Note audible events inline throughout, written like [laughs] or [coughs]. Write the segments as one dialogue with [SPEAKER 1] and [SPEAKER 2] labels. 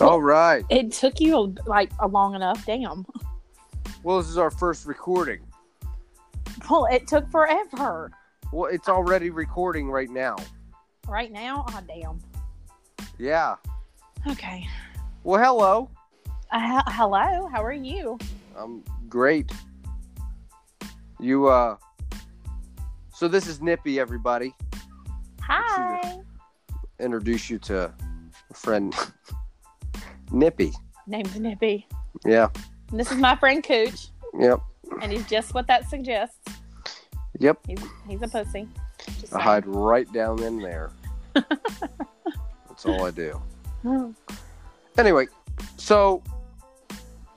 [SPEAKER 1] All right.
[SPEAKER 2] It took you like a long enough. Damn. [laughs]
[SPEAKER 1] Well, this is our first recording.
[SPEAKER 2] Well, it took forever.
[SPEAKER 1] Well, it's already recording right now.
[SPEAKER 2] Right now, oh damn.
[SPEAKER 1] Yeah.
[SPEAKER 2] Okay.
[SPEAKER 1] Well, hello.
[SPEAKER 2] Uh, he- hello. How are you?
[SPEAKER 1] I'm great. You uh So this is Nippy everybody.
[SPEAKER 2] Hi.
[SPEAKER 1] Introduce you to a friend [laughs] Nippy.
[SPEAKER 2] Name's Nippy.
[SPEAKER 1] Yeah.
[SPEAKER 2] And this is my friend Cooch,
[SPEAKER 1] Yep.
[SPEAKER 2] and he's just what that suggests.
[SPEAKER 1] Yep.
[SPEAKER 2] He's he's a pussy. Just
[SPEAKER 1] I hide right down in there. That's all I do.
[SPEAKER 2] saying.
[SPEAKER 1] Anyway, so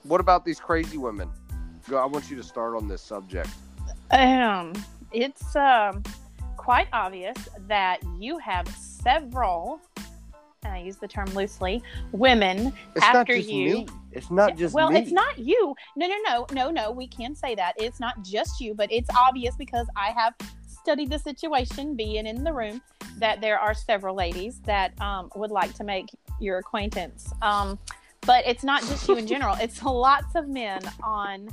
[SPEAKER 1] what about these crazy women? Go, I want you to start on this subject.
[SPEAKER 2] Um, it's um quite obvious that you have several, and I use the term loosely, women
[SPEAKER 1] It's not
[SPEAKER 2] After
[SPEAKER 1] just
[SPEAKER 2] you-
[SPEAKER 1] me. It's not just
[SPEAKER 2] well
[SPEAKER 1] me.
[SPEAKER 2] it's not you no no no no no we can say that it's not just you but it's obvious because i have studied the situation being in the room that there are several ladies that um, would like to make your acquaintance um, but it's not just you in general it's [laughs] lots of men on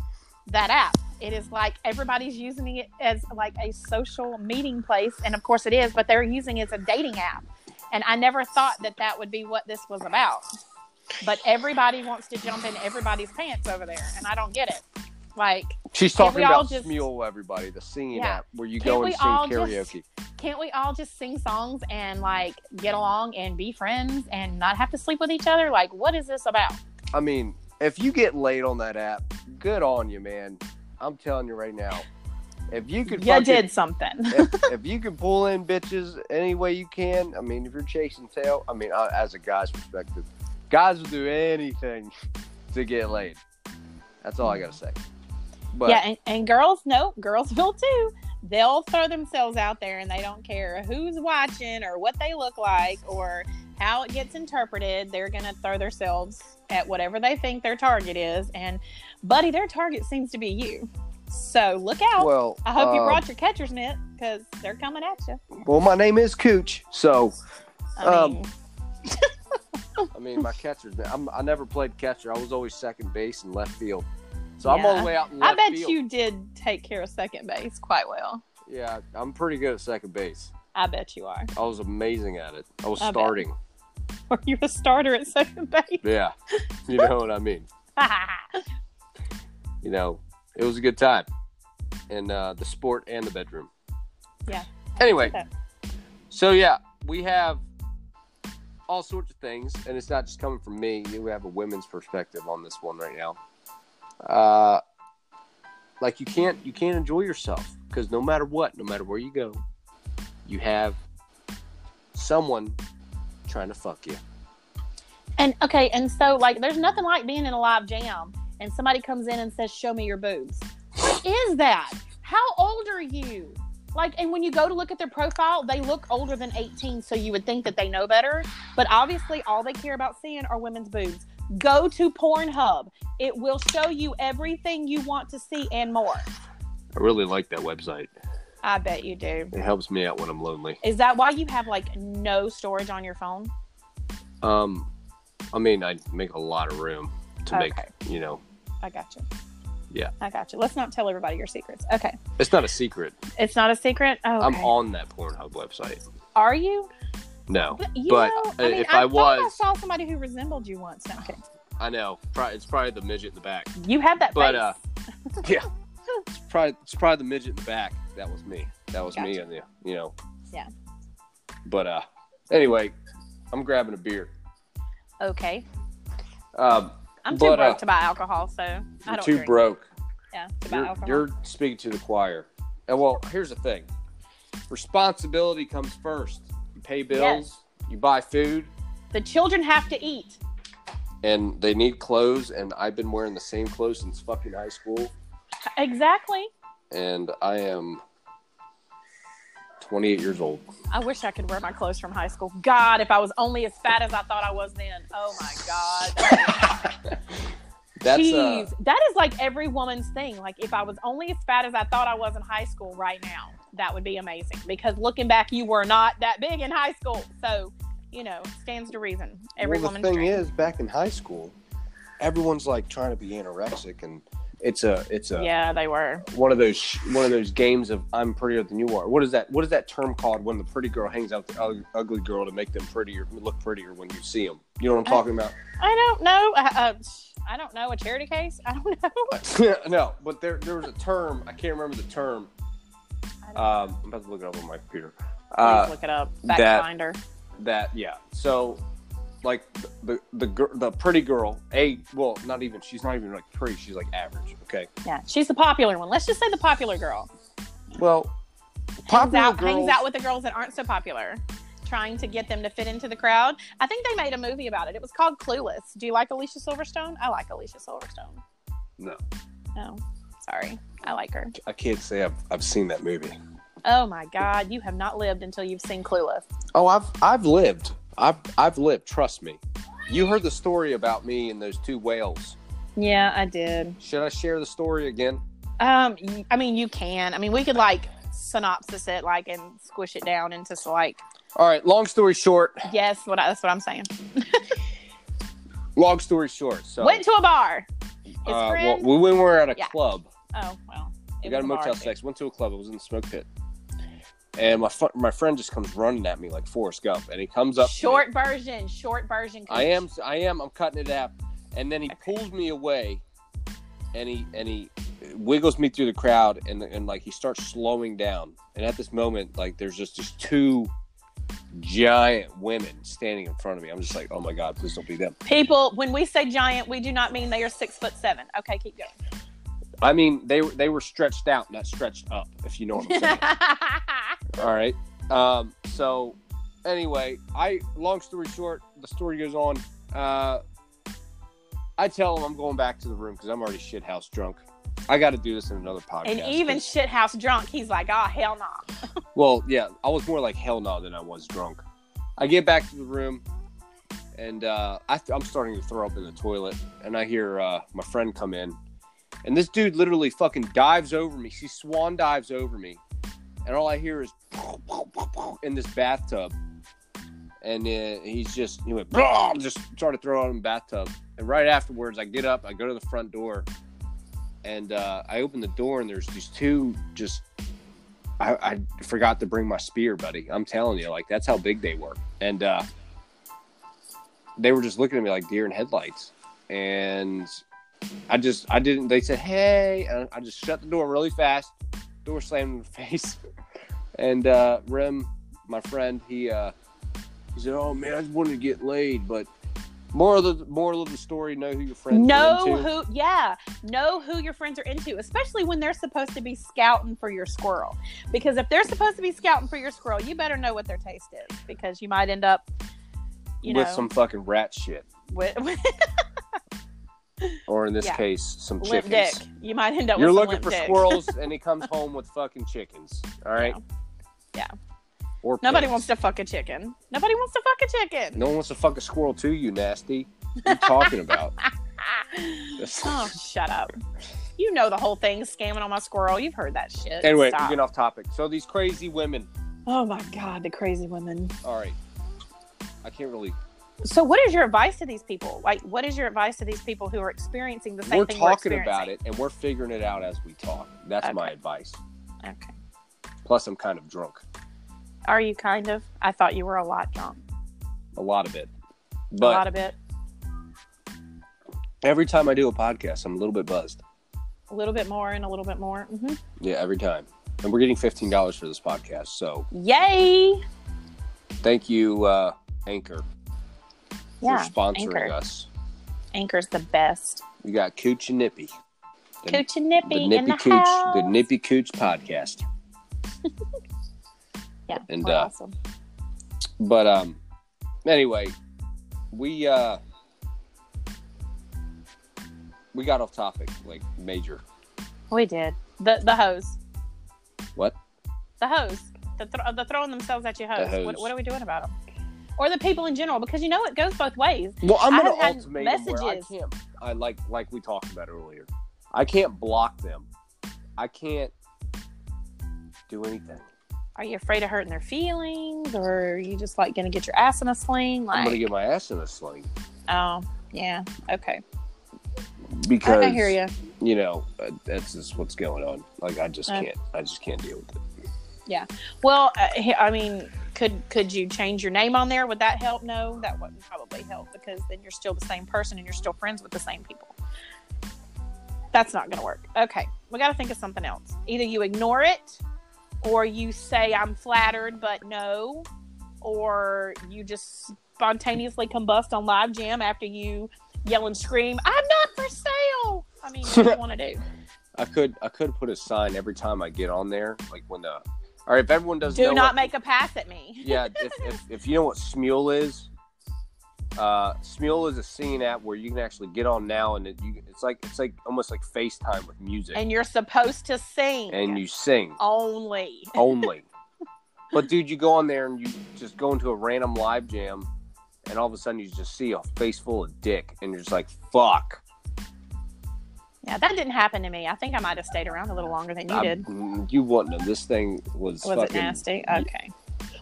[SPEAKER 2] that app it is like everybody's using it as like a social meeting place and of course it is but they're using it as a dating app and i never thought that that would be what this was about but everybody wants to jump in everybody's pants over there, and I don't get it. Like,
[SPEAKER 1] She's
[SPEAKER 2] Can't
[SPEAKER 1] talking
[SPEAKER 2] we all
[SPEAKER 1] about
[SPEAKER 2] just-
[SPEAKER 1] Smule, everybody, the singing
[SPEAKER 2] Yeah.
[SPEAKER 1] app where you
[SPEAKER 2] Can't
[SPEAKER 1] go and
[SPEAKER 2] we
[SPEAKER 1] sing
[SPEAKER 2] all
[SPEAKER 1] karaoke.
[SPEAKER 2] can't we all just sing songs and like get along and be friends and not have to sleep with each other? Like, what is this about?
[SPEAKER 1] I mean, if you get laid on that app, good on you, man. I'm telling you right now. If you could
[SPEAKER 2] You
[SPEAKER 1] fucking-
[SPEAKER 2] did [laughs] something.
[SPEAKER 1] if, if you can pull in bitches any way you can, I mean, if you're chasing tail, I mean, uh, as a guy's perspective, guys will do anything [laughs] to get laid. That's all I gotta say. But
[SPEAKER 2] yeah, and, and girls, no, girls will too. They'll throw themselves out there and they don't care who's watching or what they look like or how it gets interpreted. They're going to throw themselves at whatever they think their target is. And, buddy, their target seems to be you. So look out.
[SPEAKER 1] well,
[SPEAKER 2] I hope you
[SPEAKER 1] um,
[SPEAKER 2] brought your catcher's mitt because they're coming at you.
[SPEAKER 1] Well, my name is Cooch, so
[SPEAKER 2] I
[SPEAKER 1] Um,
[SPEAKER 2] mean,
[SPEAKER 1] I mean, my catcher's. I'm, I never played catcher. I was always second base and left field. So I'm all the
[SPEAKER 2] Yeah.
[SPEAKER 1] way out in
[SPEAKER 2] I
[SPEAKER 1] left
[SPEAKER 2] bet
[SPEAKER 1] field.
[SPEAKER 2] you did take care of second base quite well.
[SPEAKER 1] Yeah, I'm pretty good at second base.
[SPEAKER 2] I bet you are.
[SPEAKER 1] I was amazing at it. I was
[SPEAKER 2] I bet.
[SPEAKER 1] starting.
[SPEAKER 2] [laughs] Were you a starter at second base? [laughs]
[SPEAKER 1] Yeah, you know what I mean. You know, it was a good time in uh, the sport and the bedroom.
[SPEAKER 2] Yeah.
[SPEAKER 1] Anyway,
[SPEAKER 2] Okay.
[SPEAKER 1] so yeah, we have all sorts of things, and it's not just coming from me. We have a women's perspective on this one right now. Uh, like you can't you can't enjoy yourself because no matter what, no matter where you go, you have someone trying to fuck you.
[SPEAKER 2] And okay, and so like, there's nothing like being in a live jam and somebody comes in and says, "Show me your boobs." What is that? How old are you? Like, and when you go to look at their profile, they look older than 18, so you would think that they know better. But obviously, all they care about seeing are women's boobs. Go to Pornhub; it will show you everything you want to see and more.
[SPEAKER 1] I really like that website.
[SPEAKER 2] I bet you do.
[SPEAKER 1] It helps me out when I'm lonely.
[SPEAKER 2] Is that why you have like no storage on your phone?
[SPEAKER 1] Um, I mean, I make a lot of room to
[SPEAKER 2] Okay.
[SPEAKER 1] make. You know,
[SPEAKER 2] I got you.
[SPEAKER 1] Yeah.
[SPEAKER 2] I got you. Let's not tell everybody your secrets. Okay.
[SPEAKER 1] it's not a secret.
[SPEAKER 2] It's not a secret. Oh,
[SPEAKER 1] I'm
[SPEAKER 2] okay.
[SPEAKER 1] on that Pornhub website.
[SPEAKER 2] Are you?
[SPEAKER 1] No,
[SPEAKER 2] But, you
[SPEAKER 1] But,
[SPEAKER 2] know,
[SPEAKER 1] uh,
[SPEAKER 2] I mean,
[SPEAKER 1] if
[SPEAKER 2] I,
[SPEAKER 1] I
[SPEAKER 2] thought I
[SPEAKER 1] was-
[SPEAKER 2] saw somebody who resembled you once. No, okay.
[SPEAKER 1] I know. Pro- It's probably the midget in the back.
[SPEAKER 2] You have that
[SPEAKER 1] But,
[SPEAKER 2] face.
[SPEAKER 1] uh, It's probably it's probably the midget in the back. That was me. That was me
[SPEAKER 2] Gotcha.
[SPEAKER 1] and the you know.
[SPEAKER 2] Yeah.
[SPEAKER 1] But uh, anyway, I'm grabbing a beer.
[SPEAKER 2] okay.
[SPEAKER 1] Um,
[SPEAKER 2] I'm too
[SPEAKER 1] uh, but,
[SPEAKER 2] broke
[SPEAKER 1] uh,
[SPEAKER 2] to buy alcohol, so I
[SPEAKER 1] you're
[SPEAKER 2] don't
[SPEAKER 1] too
[SPEAKER 2] drink.
[SPEAKER 1] broke.
[SPEAKER 2] Yeah, to buy
[SPEAKER 1] You're,
[SPEAKER 2] alcohol.
[SPEAKER 1] you're speaking to the choir. And well, here's the thing: responsibility comes first. You pay bills. You buy food.
[SPEAKER 2] The children have to eat.
[SPEAKER 1] and they need clothes and i've been wearing the same clothes since fucking high school
[SPEAKER 2] Exactly.
[SPEAKER 1] and i am 28 years old
[SPEAKER 2] I wish I could wear my clothes from high school. God, if I was only as fat as I thought I was then. Oh my God.
[SPEAKER 1] [laughs] that's uh,
[SPEAKER 2] Jeez, that is like every woman's thing. Like, if I was only as fat as I thought I was in high school right now, that would be amazing. Because looking back, you were not that big in high school. So you know, stands to reason. Every
[SPEAKER 1] well, the
[SPEAKER 2] woman's
[SPEAKER 1] thing
[SPEAKER 2] dream.
[SPEAKER 1] is, back in high school, everyone's like trying to be anorexic, and it's a it's a
[SPEAKER 2] yeah, they were.
[SPEAKER 1] one of those sh- one of those games of I'm prettier than you are. What is that? What is that term called when the pretty girl hangs out with the ug- ugly girl to make them prettier, look prettier when you see them? You know what I'm talking about?
[SPEAKER 2] I don't know. Uh, uh, I don't know a charity case. I don't [laughs] know.
[SPEAKER 1] [laughs] no, but there there was a term I can't remember the term. Um, I'm about to look it up on my computer.
[SPEAKER 2] Please
[SPEAKER 1] Uh,
[SPEAKER 2] look it up.
[SPEAKER 1] that-
[SPEAKER 2] Fact finder.
[SPEAKER 1] that yeah so like the the gir- the pretty girl a well not even she's not even like pretty she's like average okay
[SPEAKER 2] Yeah, she's the popular one. Let's just say the popular girl.
[SPEAKER 1] well
[SPEAKER 2] Hangs
[SPEAKER 1] popular
[SPEAKER 2] out,
[SPEAKER 1] girls,
[SPEAKER 2] hangs out with the girls that aren't so popular, trying to get them to fit into the crowd. I think they made a movie about it. It was called Clueless. Do you like Alicia Silverstone? I like Alicia Silverstone.
[SPEAKER 1] no
[SPEAKER 2] No, sorry. I like her.
[SPEAKER 1] i can't say i've, I've seen that movie
[SPEAKER 2] Oh my God, you have not lived until you've seen Clueless.
[SPEAKER 1] oh i've i've lived i've i've lived trust me you heard the story about me and those two whales
[SPEAKER 2] Yeah, I did.
[SPEAKER 1] should i share the story again
[SPEAKER 2] Um, y- I mean, you can. I mean, we could like synopsis it, like, and squish it down into like,
[SPEAKER 1] all right long story short
[SPEAKER 2] yes, what I, that's what I'm saying.
[SPEAKER 1] long story short so
[SPEAKER 2] Went to a bar. His
[SPEAKER 1] uh, well,
[SPEAKER 2] friend.
[SPEAKER 1] we, we were at a
[SPEAKER 2] Yeah.
[SPEAKER 1] club
[SPEAKER 2] oh well,
[SPEAKER 1] I
[SPEAKER 2] it
[SPEAKER 1] got a
[SPEAKER 2] was bar
[SPEAKER 1] motel
[SPEAKER 2] too.
[SPEAKER 1] sex. Went to a club. It was in the smoke pit. And my fu- my friend just comes running at me like Forrest Gump, and he comes up. to me.
[SPEAKER 2] Short version. Short version.
[SPEAKER 1] I
[SPEAKER 2] coach.
[SPEAKER 1] am. I am. I'm cutting it out. And then he
[SPEAKER 2] Okay.
[SPEAKER 1] pulls me away, and he and he wiggles me through the crowd, and and like he starts slowing down. And at this moment, like there's just just two giant women standing in front of me. I'm just like, oh my god, please don't be them.
[SPEAKER 2] People, when we say giant, we do not mean they are six foot seven. Okay,
[SPEAKER 1] [laughs]
[SPEAKER 2] keep going.
[SPEAKER 1] I mean, they were- they were stretched out, not stretched up. If you know what I'm saying. All right. Um, so anyway, I long story short, the story goes on. Uh, I tell him I'm going back to the room because I'm already shit house drunk. I got to do this in another podcast.
[SPEAKER 2] and even
[SPEAKER 1] 'cause-
[SPEAKER 2] shithouse drunk, he's like, oh, hell no.
[SPEAKER 1] well, yeah, I was more like hell no than I was drunk. I get back to the room, and uh, I th- I'm starting to throw up in the toilet, and I hear uh, my friend come in, and this dude literally fucking dives over me. She swan dives over me, and all I hear is [laughs] in this bathtub, and uh, he's just he went [laughs] "Bruh," just started throwing in the bathtub, and right afterwards I get up, I go to the front door. And uh, I open the door, and there's these two just I, I forgot to bring my spear, buddy. I'm telling you, like that's how big they were. And uh, they were just looking at me like deer in headlights. And I just, I didn't. They said, "Hey," and I just shut the door really fast. Door slammed in the [laughs] face. And uh, Rem, my friend, he uh, he said, "Oh man, I just wanted to get laid." But moral of the moral of the story: know who your friends are
[SPEAKER 2] know
[SPEAKER 1] into.
[SPEAKER 2] who yeah know who your friends are into especially when they're supposed to be scouting for your squirrel because if they're supposed to be scouting for your squirrel you better know what their taste is because you might end up you
[SPEAKER 1] with
[SPEAKER 2] know
[SPEAKER 1] some fucking rat shit,
[SPEAKER 2] with, with
[SPEAKER 1] or in this
[SPEAKER 2] Yeah.
[SPEAKER 1] case, some
[SPEAKER 2] limp
[SPEAKER 1] chickens.
[SPEAKER 2] dick you might end up
[SPEAKER 1] You're
[SPEAKER 2] with some
[SPEAKER 1] looking
[SPEAKER 2] limp
[SPEAKER 1] for
[SPEAKER 2] dick.
[SPEAKER 1] squirrels, and he
[SPEAKER 2] [laughs]
[SPEAKER 1] comes home with fucking chickens. All right.
[SPEAKER 2] Yeah.
[SPEAKER 1] Or
[SPEAKER 2] nobody
[SPEAKER 1] pigs.
[SPEAKER 2] wants to fuck a chicken nobody wants to fuck a chicken
[SPEAKER 1] No one wants to fuck a squirrel too. You nasty. What are you
[SPEAKER 2] [laughs]
[SPEAKER 1] talking about?
[SPEAKER 2] oh shut up you know the whole thing scamming on my squirrel you've heard that
[SPEAKER 1] [laughs]
[SPEAKER 2] shit
[SPEAKER 1] Anyway,
[SPEAKER 2] Stop.
[SPEAKER 1] we're getting off topic. So these crazy women.
[SPEAKER 2] oh my god the crazy women
[SPEAKER 1] All right. I can't really.
[SPEAKER 2] So, what is your advice to these people? Like, what is your advice to these people who are experiencing the same
[SPEAKER 1] We're
[SPEAKER 2] thing
[SPEAKER 1] talking
[SPEAKER 2] we're
[SPEAKER 1] about
[SPEAKER 2] experiencing?
[SPEAKER 1] it, and we're figuring it out as we talk. That's my
[SPEAKER 2] Okay.
[SPEAKER 1] advice.
[SPEAKER 2] Okay.
[SPEAKER 1] Plus, I'm kind of drunk.
[SPEAKER 2] Are you kind of? I thought you were a lot drunk.
[SPEAKER 1] A lot of it.
[SPEAKER 2] a lot
[SPEAKER 1] But
[SPEAKER 2] of it.
[SPEAKER 1] every time I do a podcast, I'm a little bit buzzed.
[SPEAKER 2] A little bit more and a little bit more. hmm
[SPEAKER 1] Yeah, every time. And we're getting fifteen dollars for this podcast. So
[SPEAKER 2] Yay!
[SPEAKER 1] thank you, uh, Anchor,
[SPEAKER 2] Yeah.
[SPEAKER 1] for sponsoring
[SPEAKER 2] Anchor.
[SPEAKER 1] us.
[SPEAKER 2] Anchor's the best.
[SPEAKER 1] We got Cooch and Nippy. The-
[SPEAKER 2] Coochie nippy,
[SPEAKER 1] the
[SPEAKER 2] in
[SPEAKER 1] Nippy
[SPEAKER 2] the
[SPEAKER 1] Cooch,
[SPEAKER 2] house.
[SPEAKER 1] the Nippy Cooch podcast.
[SPEAKER 2] yeah,
[SPEAKER 1] and,
[SPEAKER 2] we're
[SPEAKER 1] uh,
[SPEAKER 2] awesome.
[SPEAKER 1] But um, anyway, we uh, we got off topic, like major.
[SPEAKER 2] we did the the hose,
[SPEAKER 1] What?
[SPEAKER 2] the hose, the, thro- the throwing themselves at your hose.
[SPEAKER 1] hose.
[SPEAKER 2] What, what are we doing about them? Or the people in general, because you know it goes both ways.
[SPEAKER 1] Well, I'm
[SPEAKER 2] I
[SPEAKER 1] gonna
[SPEAKER 2] have had
[SPEAKER 1] ultimatum where I
[SPEAKER 2] messages.
[SPEAKER 1] can't. I like like we talked about earlier. I can't block them. I can't do anything.
[SPEAKER 2] I Are you afraid of hurting their feelings, or are you just like going to get your ass in a sling?
[SPEAKER 1] I'm
[SPEAKER 2] Like,
[SPEAKER 1] gonna get my ass in a sling
[SPEAKER 2] oh yeah, okay, I,
[SPEAKER 1] because
[SPEAKER 2] I hear you.
[SPEAKER 1] you know uh, that's just what's going on. Like I just
[SPEAKER 2] Uh.
[SPEAKER 1] can't, I just can't deal with it.
[SPEAKER 2] Well, uh, he- I mean, could could you change your name on there? Would that help? No, that wouldn't probably help because then you're still the same person and you're still friends with the same people. That's not going to work. Okay, we got to think of something else. Either you ignore it, or you say I'm flattered, but no, or you just spontaneously combust on live jam after you yell and scream, "I'm not for sale." I mean, what do you want to do?
[SPEAKER 1] I could, I could put a sign every time I get on there, like when the. All right, if everyone doesn't
[SPEAKER 2] Do
[SPEAKER 1] know
[SPEAKER 2] not
[SPEAKER 1] what-
[SPEAKER 2] make a pass at me.
[SPEAKER 1] [laughs] yeah, if, if, if you know what Smule is, uh, Smule is a singing app where you can actually get on now, and it, you, it's like it's like almost like FaceTime with music,
[SPEAKER 2] And you're supposed to sing.
[SPEAKER 1] and you sing
[SPEAKER 2] only. [laughs]
[SPEAKER 1] only. but dude, you go on there and you just go into a random live jam, and all of a sudden you just see a face full of dick, and you're just like, "Fuck!"
[SPEAKER 2] Yeah, that didn't happen to me. I think I might have stayed around a little longer than you
[SPEAKER 1] I'm-
[SPEAKER 2] did.
[SPEAKER 1] mm, You wouldn't have. This thing was,
[SPEAKER 2] Was it
[SPEAKER 1] fucking.
[SPEAKER 2] nasty? Okay.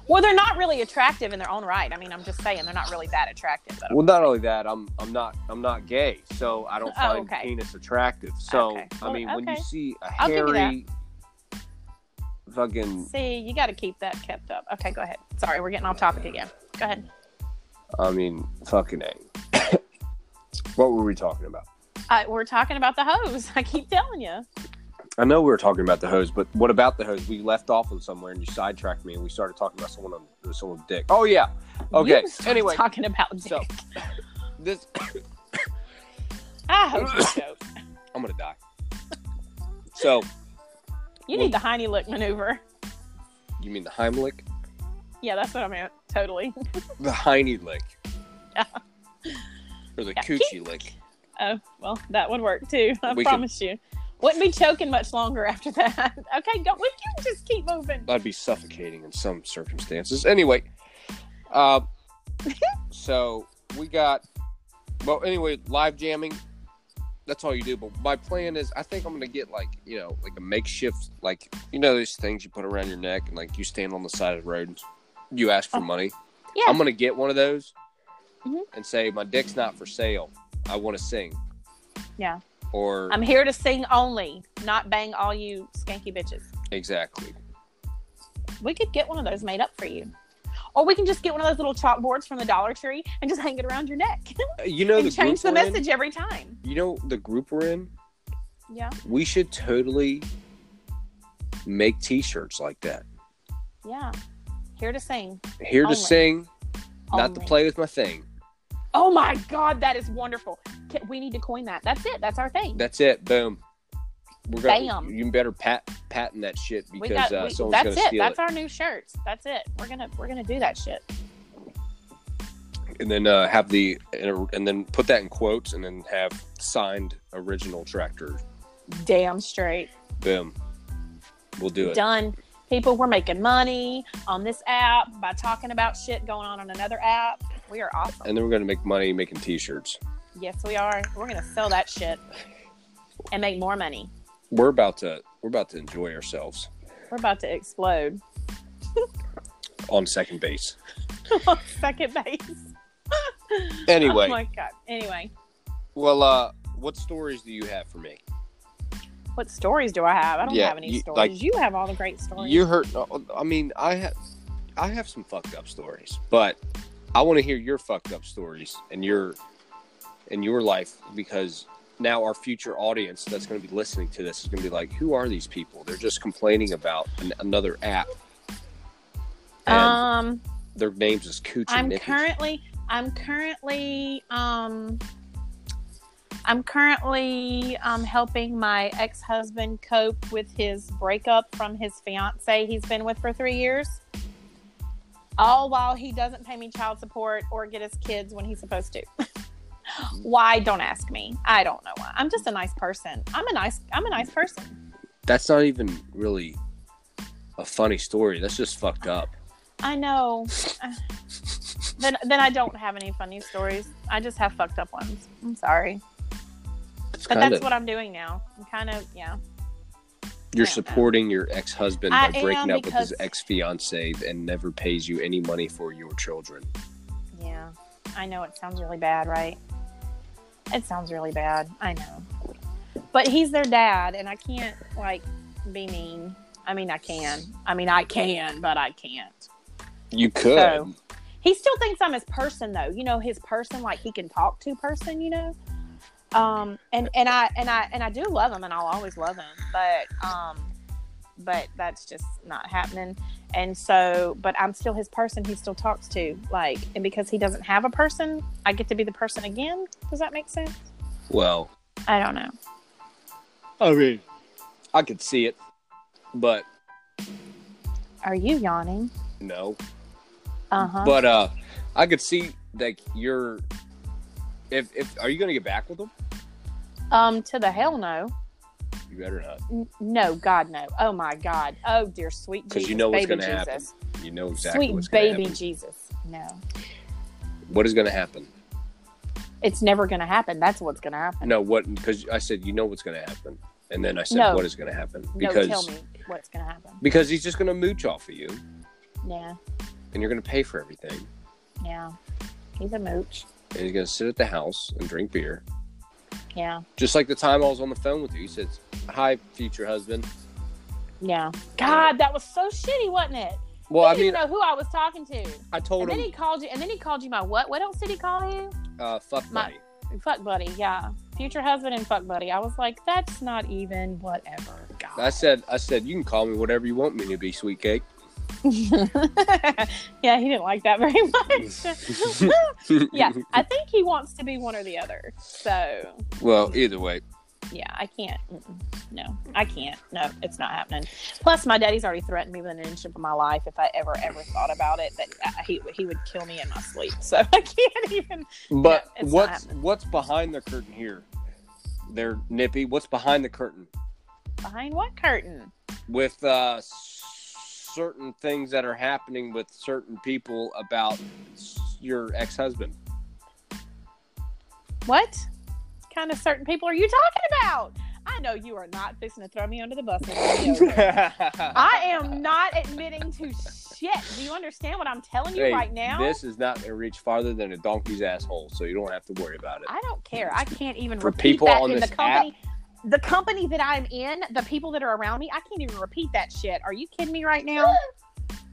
[SPEAKER 2] Well, they're not really attractive in their own right. I mean, I'm just saying they're not really that attractive. But
[SPEAKER 1] Well, not only that, I'm I'm not I'm not gay, so I don't
[SPEAKER 2] Oh,
[SPEAKER 1] find
[SPEAKER 2] okay.
[SPEAKER 1] penis attractive. So
[SPEAKER 2] Okay.
[SPEAKER 1] I mean,
[SPEAKER 2] Well,
[SPEAKER 1] when
[SPEAKER 2] okay.
[SPEAKER 1] you see a
[SPEAKER 2] I'll give you
[SPEAKER 1] hairy, fucking,
[SPEAKER 2] see, you got to keep that kept up. Okay, go ahead. Sorry, we're getting off topic again. Go ahead.
[SPEAKER 1] I mean, fucking a. [coughs] what were we talking about?
[SPEAKER 2] Uh, we're talking about the hose. [laughs] I keep telling you.
[SPEAKER 1] I know we were talking about the hose, but what about the hose? We left off on somewhere, and you sidetracked me, and we started talking about someone on someone's dick. Oh yeah, okay.
[SPEAKER 2] You [laughs] start
[SPEAKER 1] Anyway,
[SPEAKER 2] talking about dick.
[SPEAKER 1] so this [coughs]
[SPEAKER 2] I hope you choke.
[SPEAKER 1] I'm gonna die. So [clears throat]
[SPEAKER 2] You need the Heine look maneuver.
[SPEAKER 1] you mean the Heimlich,
[SPEAKER 2] Yeah, that's what I meant. Totally.
[SPEAKER 1] the Heine lick,
[SPEAKER 2] Yeah.
[SPEAKER 1] or the
[SPEAKER 2] Yeah.
[SPEAKER 1] coochie lick?
[SPEAKER 2] Oh, well, that would work too. [laughs] I
[SPEAKER 1] We could-
[SPEAKER 2] promise you. Wouldn't be choking much longer [laughs] after that. okay, go. We can just keep moving.
[SPEAKER 1] I'd be suffocating in some circumstances. Anyway, uh, so we got well. Anyway, live jamming. That's all you do. But my plan is, I think I'm gonna get like you know, like a makeshift, like you know, those things you put around your neck and like you stand on the side of the road. And you ask for
[SPEAKER 2] Oh,
[SPEAKER 1] money.
[SPEAKER 2] yeah.
[SPEAKER 1] I'm gonna get one of those
[SPEAKER 2] Mhm.
[SPEAKER 1] and say my dick's not for sale. I want to sing.
[SPEAKER 2] Yeah.
[SPEAKER 1] Or
[SPEAKER 2] I'm here to sing only, not bang all you skanky bitches.
[SPEAKER 1] exactly.
[SPEAKER 2] We could get one of those made up for you. Or we can just get one of those little chalkboards from the Dollar Tree and just hang it around your neck
[SPEAKER 1] You know the
[SPEAKER 2] and
[SPEAKER 1] group
[SPEAKER 2] change the
[SPEAKER 1] we're in?
[SPEAKER 2] message every time.
[SPEAKER 1] You know the group we're in.
[SPEAKER 2] Yeah.
[SPEAKER 1] we should totally make t-shirts like that
[SPEAKER 2] Yeah. Here to sing.
[SPEAKER 1] here
[SPEAKER 2] Only.
[SPEAKER 1] to sing not to
[SPEAKER 2] Only.
[SPEAKER 1] play with my thing
[SPEAKER 2] Oh my God, that is wonderful. Ca- We need to coin that. That's it. That's our thing.
[SPEAKER 1] that's it boom we're gonna
[SPEAKER 2] Bam.
[SPEAKER 1] you better pat patent that shit
[SPEAKER 2] we
[SPEAKER 1] because
[SPEAKER 2] got.
[SPEAKER 1] uh,
[SPEAKER 2] we-
[SPEAKER 1] someone's
[SPEAKER 2] that's
[SPEAKER 1] gonna
[SPEAKER 2] it.
[SPEAKER 1] steal
[SPEAKER 2] That's our new shirts. That's it. We're gonna. We're gonna do that shit.
[SPEAKER 1] it and then uh, have the and then put that in quotes and then have signed original tractor
[SPEAKER 2] Damn straight.
[SPEAKER 1] boom we'll do it
[SPEAKER 2] Done. People, we're making money on this app by talking about shit going on on another app. We are awesome.
[SPEAKER 1] and then we're gonna make money making t-shirts
[SPEAKER 2] Yes, we are. We're gonna sell that shit and make more money.
[SPEAKER 1] we're about to we're about to enjoy ourselves
[SPEAKER 2] We're about to explode [laughs]
[SPEAKER 1] on second base
[SPEAKER 2] on second base. [laughs]
[SPEAKER 1] anyway
[SPEAKER 2] Oh my god. Anyway,
[SPEAKER 1] well uh what stories do you have for me
[SPEAKER 2] what stories do I have? I don't
[SPEAKER 1] Yeah,
[SPEAKER 2] have any
[SPEAKER 1] you-
[SPEAKER 2] stories.
[SPEAKER 1] like-
[SPEAKER 2] you have all the great stories.
[SPEAKER 1] You hurt. I mean, I have, I have some fucked up stories, but I want to hear your fucked up stories and your, and your life because now our future audience that's going to be listening to this is going to be like, who are these people? They're just complaining about an, another app. And
[SPEAKER 2] um,
[SPEAKER 1] their names is Coochie
[SPEAKER 2] I'm
[SPEAKER 1] Nippy.
[SPEAKER 2] currently, I'm currently, um, I'm currently um, helping my ex-husband cope with his breakup from his fiance he's been with for three years. All while he doesn't pay me child support or get his kids when he's supposed to. [laughs] why? Don't ask me. I don't know why. I'm just a nice person. I'm a nice. I'm a nice person.
[SPEAKER 1] That's not even really a funny story. That's just fucked up.
[SPEAKER 2] I know. [sighs] then, then I don't have any funny stories. I just have fucked up ones. I'm sorry.
[SPEAKER 1] It's
[SPEAKER 2] But
[SPEAKER 1] kind
[SPEAKER 2] that's
[SPEAKER 1] of
[SPEAKER 2] what I'm doing now. I'm kind of yeah.
[SPEAKER 1] You're
[SPEAKER 2] Yeah.
[SPEAKER 1] supporting your ex husband
[SPEAKER 2] I
[SPEAKER 1] by breaking
[SPEAKER 2] am
[SPEAKER 1] up with his
[SPEAKER 2] because-
[SPEAKER 1] ex fiancee and never pays you any money for your children.
[SPEAKER 2] Yeah. I know it sounds really bad, right? It sounds really bad. I know. But he's their dad and I can't like be mean. I mean I can. I mean I can, but I can't.
[SPEAKER 1] You could.
[SPEAKER 2] So- He still thinks I'm his person though. You know, his person like he can talk to person, you know. Um and and I and I and I do love him and I'll always love him, but um but that's just not happening. And so, but I'm still his person he still talks to. Like, and because he doesn't have a person, I get to be the person again. Does that make sense?
[SPEAKER 1] well,
[SPEAKER 2] I don't know.
[SPEAKER 1] I mean, I could see it, but
[SPEAKER 2] Are you yawning?
[SPEAKER 1] no.
[SPEAKER 2] Uh huh.
[SPEAKER 1] But uh, I could see like you're. If if are you gonna get back with him?
[SPEAKER 2] Um, to the hell no.
[SPEAKER 1] You better not.
[SPEAKER 2] N- no, God no. Oh my God. Oh dear sweet Jesus.
[SPEAKER 1] Because you know what's
[SPEAKER 2] baby
[SPEAKER 1] gonna
[SPEAKER 2] Jesus.
[SPEAKER 1] happen. You know exactly
[SPEAKER 2] sweet
[SPEAKER 1] what's gonna
[SPEAKER 2] baby
[SPEAKER 1] happen.
[SPEAKER 2] Jesus. No.
[SPEAKER 1] What is gonna happen?
[SPEAKER 2] It's never gonna happen. That's what's gonna happen.
[SPEAKER 1] No, what? Because I said you know what's gonna happen, and then I said
[SPEAKER 2] No.
[SPEAKER 1] what is gonna happen
[SPEAKER 2] No,
[SPEAKER 1] because
[SPEAKER 2] tell me what's gonna happen.
[SPEAKER 1] because he's just gonna mooch off of you,
[SPEAKER 2] Yeah,
[SPEAKER 1] and you're gonna pay for everything,
[SPEAKER 2] yeah. He's a mooch.
[SPEAKER 1] and he's gonna sit at the house and drink beer,
[SPEAKER 2] Yeah,
[SPEAKER 1] just like the time I was on the phone with you. You said, "Hi, future husband."
[SPEAKER 2] yeah. God, that was so shitty, wasn't it?
[SPEAKER 1] Well,
[SPEAKER 2] I
[SPEAKER 1] I
[SPEAKER 2] didn't
[SPEAKER 1] mean,
[SPEAKER 2] know who I was talking to.
[SPEAKER 1] I told
[SPEAKER 2] And then he
[SPEAKER 1] him,
[SPEAKER 2] called you. And then he called you my what? What else did he call you?
[SPEAKER 1] uh, "Fuck
[SPEAKER 2] My-
[SPEAKER 1] money."
[SPEAKER 2] Fuck buddy. Yeah, future husband and fuck buddy. I was like, that's not even whatever.
[SPEAKER 1] I
[SPEAKER 2] God.
[SPEAKER 1] said, I said, you can call me whatever you want me to be, sweet cake.
[SPEAKER 2] [laughs] yeah, he didn't like that very [laughs]
[SPEAKER 1] [laughs]
[SPEAKER 2] much. [laughs] yeah, I think he wants to be one or the other. So
[SPEAKER 1] well, either way,
[SPEAKER 2] yeah, I can't. Mm-mm. No, I can't. No, it's not happening. Plus, my daddy's already threatened me with an inch of my life if I ever, ever thought about it. That uh, he he would kill me in my sleep. [laughs] So I can't even.
[SPEAKER 1] but
[SPEAKER 2] Yeah, it's
[SPEAKER 1] what's
[SPEAKER 2] not happening.
[SPEAKER 1] what's behind the curtain here? They're nippy. What's behind the curtain
[SPEAKER 2] Behind what curtain?
[SPEAKER 1] with uh, s- certain things that are happening with certain people about s- your ex-husband?
[SPEAKER 2] What kind of certain people are you talking about? I know you are not fixing to throw me under the bus. and throw me over.
[SPEAKER 1] [laughs]
[SPEAKER 2] I am not admitting to shit. Do you understand what I'm telling you
[SPEAKER 1] Hey,
[SPEAKER 2] right now?
[SPEAKER 1] This is not gonna reach farther than a donkey's asshole, so you don't have to worry about it.
[SPEAKER 2] I don't care. I can't even
[SPEAKER 1] For
[SPEAKER 2] repeat
[SPEAKER 1] people
[SPEAKER 2] that
[SPEAKER 1] on
[SPEAKER 2] in
[SPEAKER 1] this
[SPEAKER 2] the company. The company that I'm in, the people that are around me, I can't even repeat that shit. Are you kidding me right now?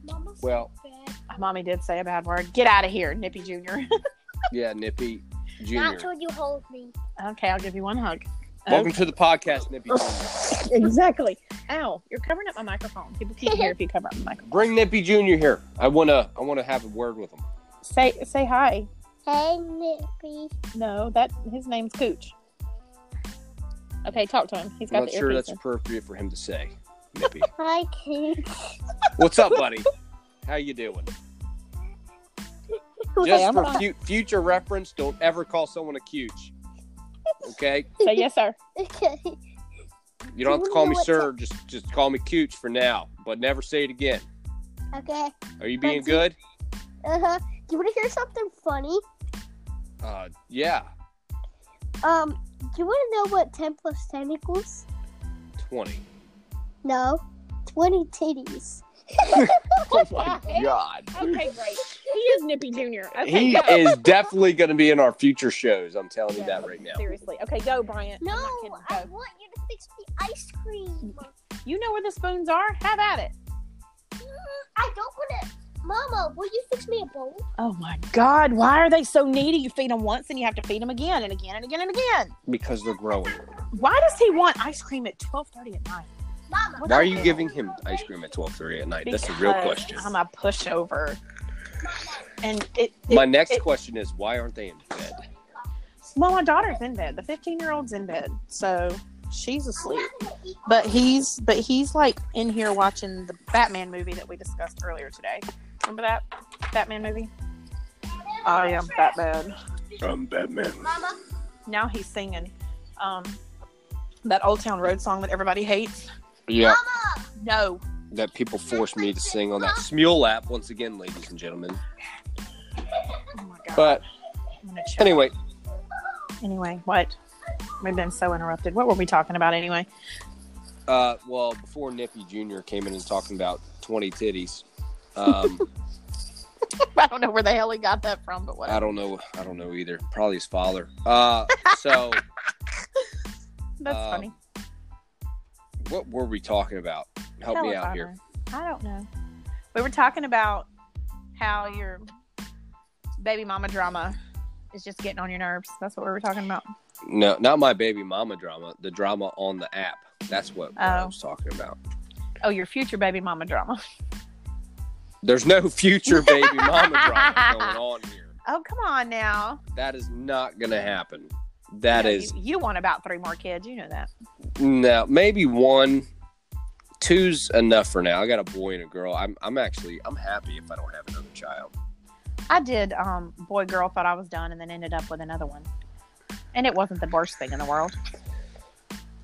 [SPEAKER 3] Mama's
[SPEAKER 1] Well-
[SPEAKER 3] bad.
[SPEAKER 2] Mommy did say a bad word. Get out of here, Nippy Junior. [laughs]
[SPEAKER 1] Yeah, Nippy Junior.
[SPEAKER 3] Not till you hold me.
[SPEAKER 2] okay, I'll give you one hug. Um,
[SPEAKER 1] Welcome to the podcast, Nippy. Jr.
[SPEAKER 2] exactly. Ow, you're covering up my microphone. People can't hear if you cover up my microphone.
[SPEAKER 1] Bring Nippy Junior here. I wanna I wanna have a word with him.
[SPEAKER 2] Say say hi.
[SPEAKER 3] Hey, Nippy.
[SPEAKER 2] No, that his name's Cooch. Okay, talk to him. He's
[SPEAKER 1] I'm
[SPEAKER 2] got
[SPEAKER 1] not
[SPEAKER 2] the
[SPEAKER 1] sure
[SPEAKER 2] earpiece.
[SPEAKER 1] that's
[SPEAKER 2] in.
[SPEAKER 1] appropriate for him to say. Nippy,
[SPEAKER 3] Hi, Kate.
[SPEAKER 1] what's up, buddy? How you doing? Just
[SPEAKER 2] I'm
[SPEAKER 1] for
[SPEAKER 2] fine.
[SPEAKER 1] fu- future reference, don't ever call someone a cooch. Okay,
[SPEAKER 2] Say yes, sir.
[SPEAKER 3] [laughs] Okay.
[SPEAKER 1] you don't have to
[SPEAKER 3] Ooh,
[SPEAKER 1] call me
[SPEAKER 3] what's
[SPEAKER 1] sir. Just just call me cooch for now, but never say it again.
[SPEAKER 3] Okay.
[SPEAKER 1] Are you being
[SPEAKER 3] Bunty.
[SPEAKER 1] good?
[SPEAKER 3] Uh huh. Do you want to hear something funny?
[SPEAKER 1] Uh, yeah,
[SPEAKER 3] Um, do you want to know what 10 plus 10 equals?
[SPEAKER 1] twenty.
[SPEAKER 3] No. 20 titties.
[SPEAKER 1] [laughs] Oh my god.
[SPEAKER 2] [laughs] Okay, great. He is Nippy Junior. Okay,
[SPEAKER 1] He
[SPEAKER 2] go.
[SPEAKER 1] is definitely going to be in our future shows. I'm telling you that right now.
[SPEAKER 2] Seriously. Okay, go, Bryant.
[SPEAKER 3] [laughs] No,
[SPEAKER 2] I'm not kidding.
[SPEAKER 3] I
[SPEAKER 2] Go.
[SPEAKER 3] want you to fix the ice cream. [gasps]
[SPEAKER 2] You know where the spoons are? Have at it.
[SPEAKER 3] Mm, I don't want to. Mama, will you fix me a bowl?
[SPEAKER 2] Oh my God. Why are they so needy? You feed them once and you have to feed them again and again and again and again.
[SPEAKER 1] Because they're growing.
[SPEAKER 2] Why does he want ice cream at 12.30 at night?
[SPEAKER 3] Mama.
[SPEAKER 1] Why are you giving him ice cream at 12:30 at night? That's a real
[SPEAKER 2] Because
[SPEAKER 1] question.
[SPEAKER 2] I'm a pushover. And it, it-
[SPEAKER 1] My next
[SPEAKER 2] it-
[SPEAKER 1] question is why aren't they in bed?
[SPEAKER 2] well, my daughter's in bed. The 15 year old's in bed. So she's asleep. But he's, but he's like in here watching the Batman movie that we discussed earlier today. Remember that Batman movie? I am Batman.
[SPEAKER 1] I'm Batman.
[SPEAKER 3] Mama.
[SPEAKER 2] now he's singing um that old town road song that everybody hates
[SPEAKER 1] Yeah,
[SPEAKER 3] Mama.
[SPEAKER 2] no
[SPEAKER 1] that people force me to sing on that Smule app once again, ladies and gentlemen.
[SPEAKER 2] oh my god
[SPEAKER 1] But
[SPEAKER 2] I'm gonna choke.
[SPEAKER 1] anyway,
[SPEAKER 2] anyway what we've been so interrupted what were we talking about anyway
[SPEAKER 1] Uh, well, before Nippy Jr. came in and talking about 20 titties,
[SPEAKER 2] [laughs]
[SPEAKER 1] um,
[SPEAKER 2] [laughs] I don't know where the hell he got that from, but
[SPEAKER 1] I
[SPEAKER 2] whatever.
[SPEAKER 1] don't know. I don't know either. Probably his father. Uh, so
[SPEAKER 2] That's
[SPEAKER 1] uh,
[SPEAKER 2] funny.
[SPEAKER 1] what were we talking about? Help me out here.
[SPEAKER 2] Telephone. I don't know. We were talking about how your baby mama drama is just getting on your nerves. That's what we were talking about.
[SPEAKER 1] No, not my baby mama drama. The drama on the app. That's what, what I
[SPEAKER 2] Oh.
[SPEAKER 1] was talking about.
[SPEAKER 2] Oh, your future baby mama drama.
[SPEAKER 1] There's no future baby mama drama
[SPEAKER 2] [laughs]
[SPEAKER 1] going on here.
[SPEAKER 2] Oh, come on now.
[SPEAKER 1] That is not going to happen. That
[SPEAKER 2] You know,
[SPEAKER 1] is
[SPEAKER 2] You, you want about three more kids. You know that.
[SPEAKER 1] No, maybe one. Two's enough for now. I got a boy and a girl. I'm I'm actually I'm happy if I don't have another child.
[SPEAKER 2] I did. Um, boy, girl thought I was done, and then ended up with another one. And it wasn't the worst thing in the world.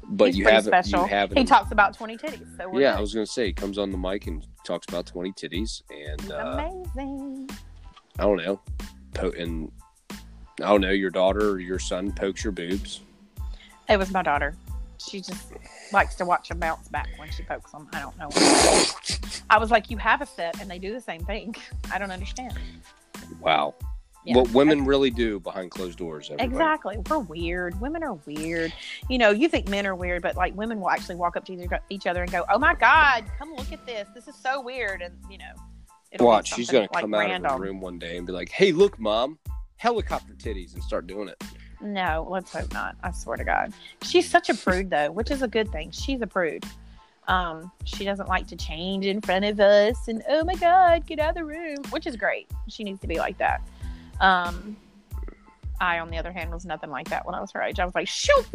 [SPEAKER 1] But
[SPEAKER 2] He's
[SPEAKER 1] you
[SPEAKER 2] pretty
[SPEAKER 1] haven't
[SPEAKER 2] special.
[SPEAKER 1] you haven't
[SPEAKER 2] He talks about twenty titties, so we're
[SPEAKER 1] Yeah, I
[SPEAKER 2] good.
[SPEAKER 1] was gonna say he comes on the mic and talks about twenty titties and
[SPEAKER 2] He's
[SPEAKER 1] uh,
[SPEAKER 2] amazing.
[SPEAKER 1] I don't know. Po- and I don't know, your daughter or your son pokes your boobs.
[SPEAKER 2] It was my daughter. She just likes to watch them bounce back when she pokes them. I don't know.
[SPEAKER 1] [laughs]
[SPEAKER 2] I was like, you have a set, and they do the same thing. [laughs] I don't understand.
[SPEAKER 1] Wow.
[SPEAKER 2] Yeah.
[SPEAKER 1] What women really do behind closed doors, everybody.
[SPEAKER 2] Exactly. We're weird. Women are weird. You know, you think men are weird, but like women will actually walk up to each- each other and go, "Oh my God, come look at this. This is so weird." And you know, it'll be
[SPEAKER 1] Watch, she's gonna
[SPEAKER 2] something, like,
[SPEAKER 1] come out of
[SPEAKER 2] random.
[SPEAKER 1] her room one day and be like, Hey look, mom, helicopter titties and start doing it.
[SPEAKER 2] No, let's hope not. I swear to God, she's such a prude though, which is a good thing. She's a prude. Um, she doesn't like to change in front of us, and oh my God, get out of the room, which is great. She needs to be like that. Um, I, on the other hand, was nothing like that when I was her age. I was like, shoot,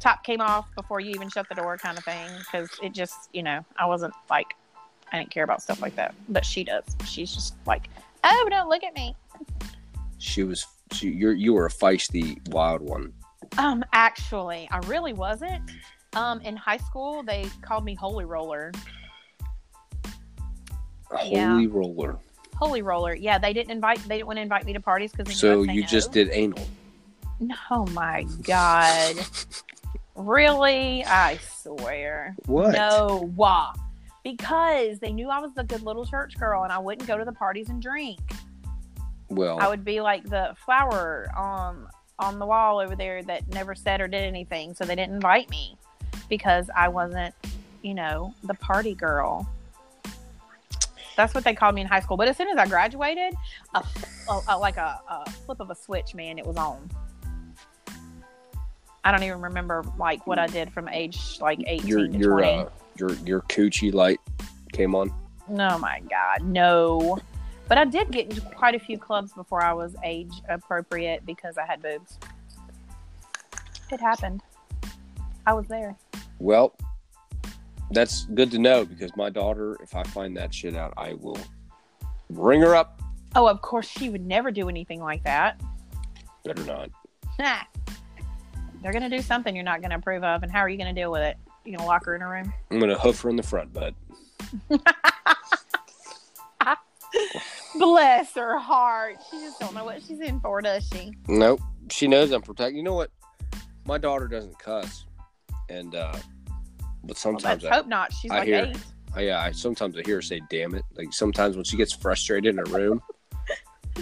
[SPEAKER 2] top came off before you even shut the door, kind of thing, because it just, you know, I wasn't like, I didn't care about stuff like that. But she does. She's just like, oh, don't look at me.
[SPEAKER 1] She was she you're you were a feisty wild one.
[SPEAKER 2] Um, actually, I really wasn't. Um, in high school, they called me Holy Roller.
[SPEAKER 1] A holy
[SPEAKER 2] Yeah.
[SPEAKER 1] roller.
[SPEAKER 2] Holy Roller. Yeah, they didn't invite. They didn't want to invite me to parties because
[SPEAKER 1] So you just did anal.
[SPEAKER 2] No, oh my God. really? I swear.
[SPEAKER 1] What?
[SPEAKER 2] No, why? Because they knew I was the good little church girl and I wouldn't go to the parties and drink.
[SPEAKER 1] Well,
[SPEAKER 2] I would be like the flower um, on the wall over there that never said or did anything. So they didn't invite me because I wasn't, you know, the party girl. That's what they called me in high school. But as soon as I graduated, a, a, a- like a, a flip of a switch, man, it was on. I don't even remember like what I did from age like 18
[SPEAKER 1] your
[SPEAKER 2] to
[SPEAKER 1] your
[SPEAKER 2] 20.
[SPEAKER 1] uh, your your coochie light came on.
[SPEAKER 2] Oh my God, no. But I did get into quite a few clubs before I was age appropriate because I had boobs. It happened. I was there.
[SPEAKER 1] Well, that's good to know because my daughter, if I find that shit out, I will ring her up.
[SPEAKER 2] Oh, of course, she would never do anything like that. [laughs]
[SPEAKER 1] Better not.
[SPEAKER 2] Nah. They're going to do something you're not going to approve of, and how are you going to deal with it? You going to lock her in a room?
[SPEAKER 1] I'm gonna hoof her in the front butt.
[SPEAKER 2] Bless her heart. She just don't know what she's in for, does she?
[SPEAKER 1] Nope. She knows I'm protecting. You know what? My daughter doesn't cuss, and uh, but
[SPEAKER 2] Well, let's
[SPEAKER 1] sometimes I,
[SPEAKER 2] hope not. She's
[SPEAKER 1] I
[SPEAKER 2] like
[SPEAKER 1] hear-
[SPEAKER 2] eight.
[SPEAKER 1] I, yeah, I sometimes I hear her say "damn it." Like sometimes when she gets frustrated in a
[SPEAKER 2] [laughs]
[SPEAKER 1] room,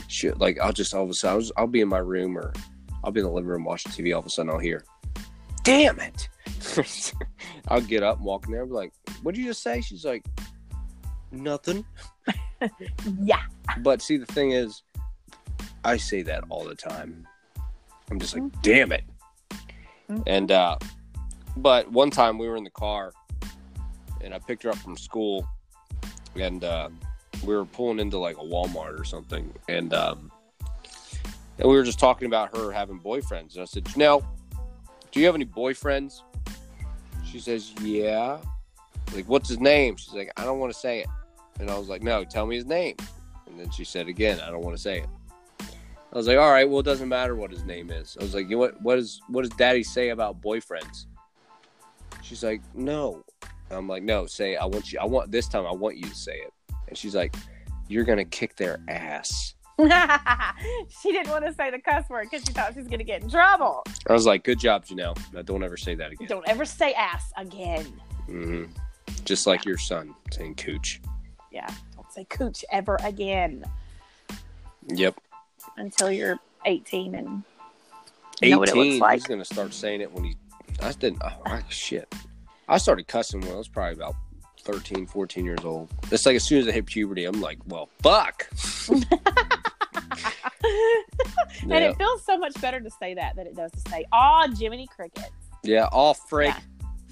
[SPEAKER 1] she like I'll just all of a sudden I'll, just, I'll be in my room or I'll be in the living room watching TV. All of a sudden I'll hear, "Damn it!" [laughs] I'll get up and walk in there. i be like, "What did you just say?" She's like, "Nothing."
[SPEAKER 2] Yeah. [laughs]
[SPEAKER 1] But see, the thing is, I say that all the time. I'm just like, damn it.
[SPEAKER 2] Mhm.
[SPEAKER 1] And, uh, but one time we were in the car and I picked her up from school and, uh, we were pulling into like a Walmart or something. And, um, and we were just talking about her having boyfriends. And I said, Janelle, do you have any boyfriends? She says, yeah. Like, what's his name? She's like, I don't want to say it. And I was like, no, tell me his name. And then she said again, I don't want to say it. I was like, all right, well, it doesn't matter what his name is. I was like, you know what? What is what does Daddy say about boyfriends? She's like, no. I'm like, no. Say, I want you. I want this time. I want you to say it. And she's like, you're gonna kick their ass.
[SPEAKER 2] she didn't want to say the cuss word because she thought she was going to get in trouble.
[SPEAKER 1] I was like, good job, Janelle. Now don't ever say that again.
[SPEAKER 2] Don't ever say ass again.
[SPEAKER 1] hmm Just like your son saying cooch.
[SPEAKER 2] Don't say cooch ever again
[SPEAKER 1] Yep.
[SPEAKER 2] until you're 18 and you
[SPEAKER 1] 18,
[SPEAKER 2] know what it looks like. [laughs]
[SPEAKER 1] he's going to start saying it when he. I didn't. Oh, I, shit. I started cussing when I was probably about 13, 14 years old. It's like as soon as I hit puberty, I'm like, well, fuck.
[SPEAKER 2] And
[SPEAKER 1] Yeah.
[SPEAKER 2] it feels so much better to say that than it does to say, "Ah, Jiminy Crickets."
[SPEAKER 1] Yeah. All frig.
[SPEAKER 2] Yeah.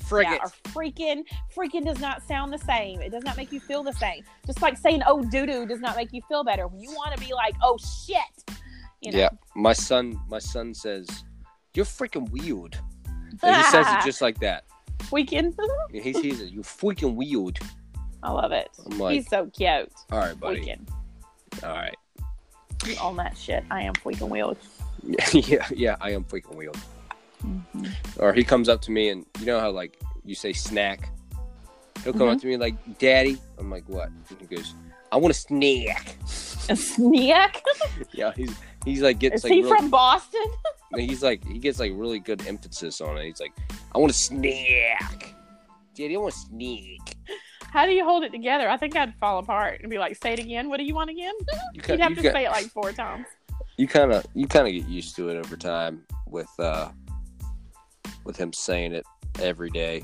[SPEAKER 1] Frig
[SPEAKER 2] Yeah,
[SPEAKER 1] it.
[SPEAKER 2] or freaking, freaking does not sound the same. It does not make you feel the same. Just like saying "oh doo doo" does not make you feel better. You want to be like "oh shit," you know.
[SPEAKER 1] Yeah. My son. My son says, "You're freaking weird." And he says
[SPEAKER 2] [laughs]
[SPEAKER 1] it just like that.
[SPEAKER 2] weekend. [laughs]
[SPEAKER 1] He sees it. You're freaking weird.
[SPEAKER 2] I love it.
[SPEAKER 1] I'm like-
[SPEAKER 2] He's so cute.
[SPEAKER 1] All right, buddy.
[SPEAKER 2] Weekend,
[SPEAKER 1] All right. [laughs]
[SPEAKER 2] you own that shit. I am freaking wheeled.
[SPEAKER 1] yeah. Yeah. I am freaking weird.
[SPEAKER 2] Mm-hmm.
[SPEAKER 1] or he comes up to me and you know how like you say snack he'll
[SPEAKER 2] Mm-hmm.
[SPEAKER 1] come up to me like daddy i'm like what and he goes i want a snack [laughs]
[SPEAKER 2] A snack?
[SPEAKER 1] yeah he's he's like gets
[SPEAKER 2] Is
[SPEAKER 1] like
[SPEAKER 2] he
[SPEAKER 1] real-
[SPEAKER 2] from Boston?
[SPEAKER 1] [laughs] he's like he gets like really good emphasis on it he's like i want a snack daddy i want a snack
[SPEAKER 2] How do you hold it together? I think I'd fall apart and be like, "Say it again. What do you want again?"
[SPEAKER 1] you
[SPEAKER 2] You'd
[SPEAKER 1] kind
[SPEAKER 2] have
[SPEAKER 1] you
[SPEAKER 2] to
[SPEAKER 1] ki-
[SPEAKER 2] say it like four times.
[SPEAKER 1] you kind of you kind of get used to it over time with uh with him saying it every day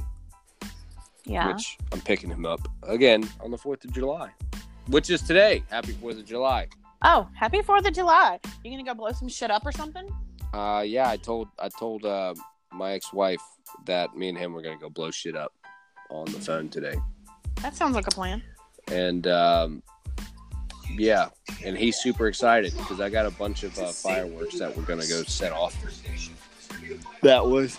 [SPEAKER 2] Yeah.
[SPEAKER 1] which i'm picking him up again on the 4th of july which is today happy 4th of july
[SPEAKER 2] Oh, happy Fourth of July! You gonna go blow some shit up or something?
[SPEAKER 1] Uh, yeah, I told I told uh, my ex wife that me and him were gonna go blow shit up on the phone today,
[SPEAKER 2] That sounds like a plan.
[SPEAKER 1] and um, yeah, and he's super excited because I got a bunch of uh, fireworks that we're gonna go set off. That was,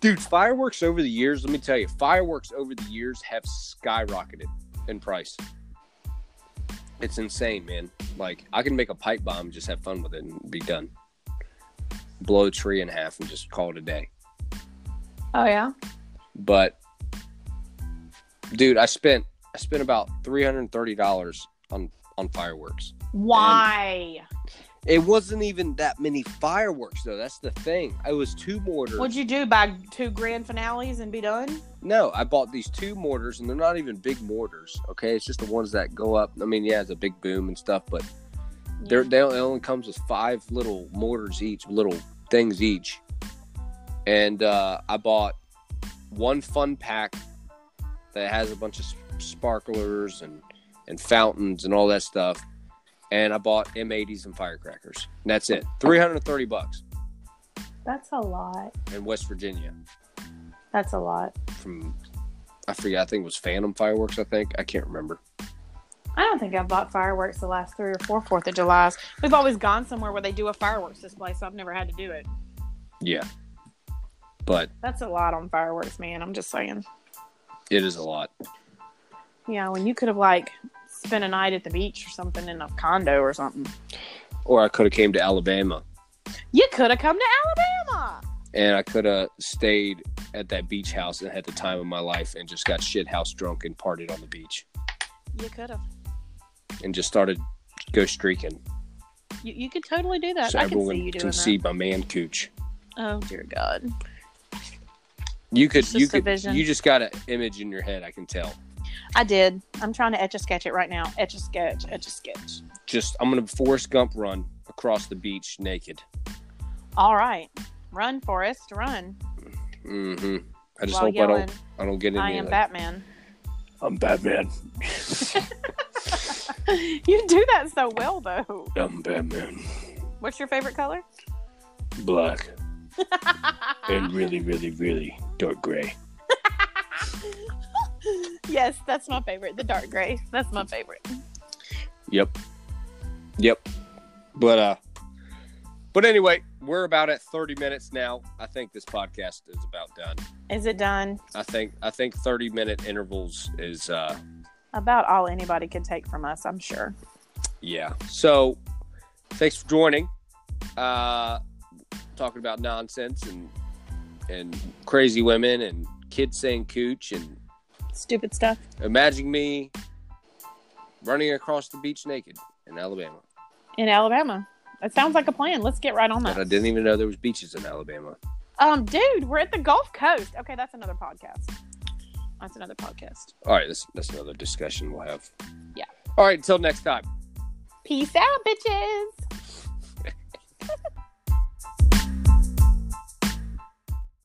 [SPEAKER 1] dude, fireworks over the years. Let me tell you, fireworks over the years have skyrocketed in price. It's insane, man. Like I can make a pipe bomb, just have fun with it, and be done. Blow a tree in half and just call it a day.
[SPEAKER 2] Oh yeah.
[SPEAKER 1] But dude, I spent I spent about three hundred and thirty dollars on on fireworks.
[SPEAKER 2] Why
[SPEAKER 1] It wasn't even that many fireworks though. That's the thing. I was two mortars.
[SPEAKER 2] would you do by two grand finales and be done?
[SPEAKER 1] No, I bought these two mortars, and they're not even big mortars. Okay, it's just the ones that go up. I mean, yeah, it's a big boom and stuff, but they're, they only- it only comes with five little mortars each, little things each. And uh, I bought one fun pack that has a bunch of s- sparklers and and fountains and all that stuff. And I bought M80s and firecrackers. And that's it. 330 bucks
[SPEAKER 2] That's a lot.
[SPEAKER 1] in West Virginia
[SPEAKER 2] That's a lot.
[SPEAKER 1] from I forget, I think it was Phantom Fireworks, I think. I can't remember.
[SPEAKER 2] I don't think I've bought fireworks the last three or four Fourth of July's. We've always gone somewhere where they do a fireworks display, so I've never had to do it.
[SPEAKER 1] Yeah. But
[SPEAKER 2] That's a lot on fireworks, man. I'm just saying.
[SPEAKER 1] it is a lot.
[SPEAKER 2] Yeah, when you could have like spent a night at the beach or something in a condo or something.
[SPEAKER 1] Or I could have came to Alabama
[SPEAKER 2] You could have come to Alabama.
[SPEAKER 1] and I could have stayed at that beach house and had the time of my life and just got shit house drunk and partied on the beach
[SPEAKER 2] You could have.
[SPEAKER 1] and just started go streaking.
[SPEAKER 2] You, you could totally do that.
[SPEAKER 1] so
[SPEAKER 2] I can
[SPEAKER 1] everyone
[SPEAKER 2] see you doing
[SPEAKER 1] can
[SPEAKER 2] that.
[SPEAKER 1] see my man cooch.
[SPEAKER 2] Oh dear God.
[SPEAKER 1] You could
[SPEAKER 2] It's
[SPEAKER 1] you
[SPEAKER 2] just a
[SPEAKER 1] could
[SPEAKER 2] vision.
[SPEAKER 1] you just got an image in your head, I can tell.
[SPEAKER 2] I did. I'm trying to etch a sketch it right now. Etch a sketch. Etch a sketch.
[SPEAKER 1] Just I'm gonna Forrest Gump run across the beach naked.
[SPEAKER 2] All right. Run, Forrest, run.
[SPEAKER 1] hmm I just
[SPEAKER 2] while
[SPEAKER 1] hope I
[SPEAKER 2] yelling,
[SPEAKER 1] don't I don't get
[SPEAKER 2] I,
[SPEAKER 1] any
[SPEAKER 2] am
[SPEAKER 1] like,
[SPEAKER 2] Batman. [laughs]
[SPEAKER 1] I'm Batman.
[SPEAKER 2] you do that so well though.
[SPEAKER 1] I'm Batman.
[SPEAKER 2] What's your favorite color?
[SPEAKER 1] [laughs] Black
[SPEAKER 2] Uh-huh.
[SPEAKER 1] really, really, really dark gray.
[SPEAKER 2] yes, that's my favorite. The dark gray. That's my favorite.
[SPEAKER 1] Yep. Yep. But uh but anyway, we're about at 30 minutes now. I think this podcast is about done.
[SPEAKER 2] Is it done?
[SPEAKER 1] I think I think 30 minute intervals is uh
[SPEAKER 2] About all anybody can take from us, I'm sure.
[SPEAKER 1] yeah. So thanks for joining. Uh talking about nonsense and and crazy women and kids saying cooch and
[SPEAKER 2] Stupid stuff.
[SPEAKER 1] imagine me running across the beach naked in Alabama.
[SPEAKER 2] In Alabama. It sounds like a plan. Let's get right on
[SPEAKER 1] But
[SPEAKER 2] that.
[SPEAKER 1] I didn't even know there was beaches in Alabama.
[SPEAKER 2] Um, dude, we're at the Gulf Coast. Okay, that's another podcast. That's another podcast.
[SPEAKER 1] All right, that's, that's another discussion we'll have.
[SPEAKER 2] Yeah.
[SPEAKER 1] All right, until next time.
[SPEAKER 2] Peace out, bitches.